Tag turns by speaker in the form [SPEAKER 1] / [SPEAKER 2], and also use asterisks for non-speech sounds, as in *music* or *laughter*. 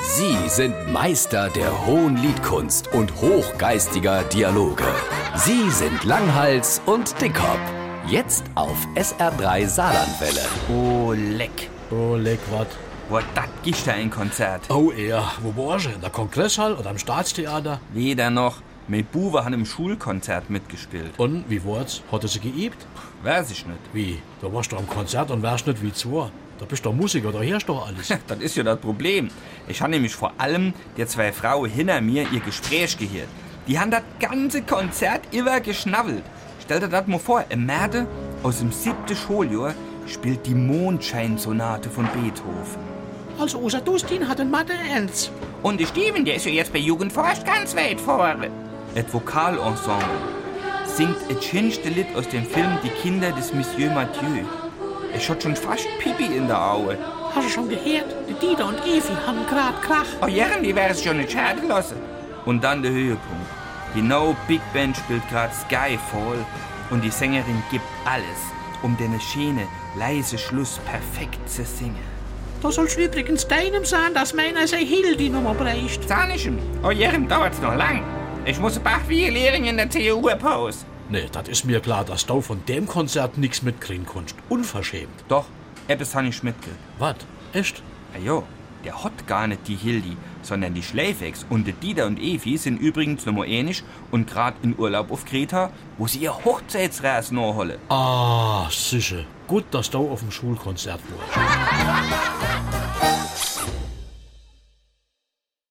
[SPEAKER 1] Sie sind Meister der hohen Liedkunst und hochgeistiger Dialoge. Sie sind Langhals und Dickhop. Jetzt auf SR3 Saarlandwelle.
[SPEAKER 2] Oh, leck.
[SPEAKER 3] Oh, leck, was?
[SPEAKER 2] Wo dat ist ein Konzert.
[SPEAKER 3] Oh, er. Wo warst du? In der Kongresshall oder am Staatstheater?
[SPEAKER 2] Weder noch. Mit Buwe han im Schulkonzert mitgespielt.
[SPEAKER 3] Und, wie war's? Hat er sie geübt?
[SPEAKER 2] Weiß ich nicht.
[SPEAKER 3] Wie? Da warst du am Konzert und wärst nicht wie zwei. Da bist du doch Musiker, da hörst du doch alles.
[SPEAKER 2] Das ist ja das Problem. Ich han nämlich vor allem der zwei Frauen hinter mir ihr Gespräch gehört. Die han das ganze Konzert immer geschnabbelt. Stell dir das mal vor, im Märte aus dem siebten Schuljahr spielt die Mondscheinsonate von Beethoven.
[SPEAKER 4] *laughs* Also unser Dustin hat ein Mathe 1.
[SPEAKER 2] Und die Steven, der ist ja jetzt bei Jugendforscht ganz weit vorne. Et Vokalensemble singt et schönste Lied aus dem Film Die Kinder des Monsieur Mathieu. Ich hat schon fast Pipi in der Aue.
[SPEAKER 4] Hast du schon gehört? Die Dieter und Evi haben grad Krach.
[SPEAKER 2] Oh Jerren, die wäre es schon nicht schaden lassen. Und dann der Höhepunkt. Die No Big Band spielt gerade Skyfall und die Sängerin gibt alles, um den schöne, leise Schluss perfekt zu singen.
[SPEAKER 4] Da sollst du übrigens deinem sagen, dass meiner sein Hill die Nummer bricht.
[SPEAKER 2] Zahnischem. Oh Jerren, dauert's noch lang. Ich muss Bach wie Lehring in der TU Pause.
[SPEAKER 3] Nee, das ist mir klar, dass du von dem Konzert nichts mitkriegen kannst. Unverschämt.
[SPEAKER 2] Doch, etwas han ich mitgekriegt.
[SPEAKER 3] Was? Echt?
[SPEAKER 2] Ah jo, der hat gar nicht die Hildi, sondern die Schläfex. Und die Dieter und Evi sind übrigens nochmal ähnlich und grad in Urlaub auf Kreta, wo sie ihr Hochzeitsreis nachholen.
[SPEAKER 3] Ah, sicher. Gut, dass du auf dem Schulkonzert warst.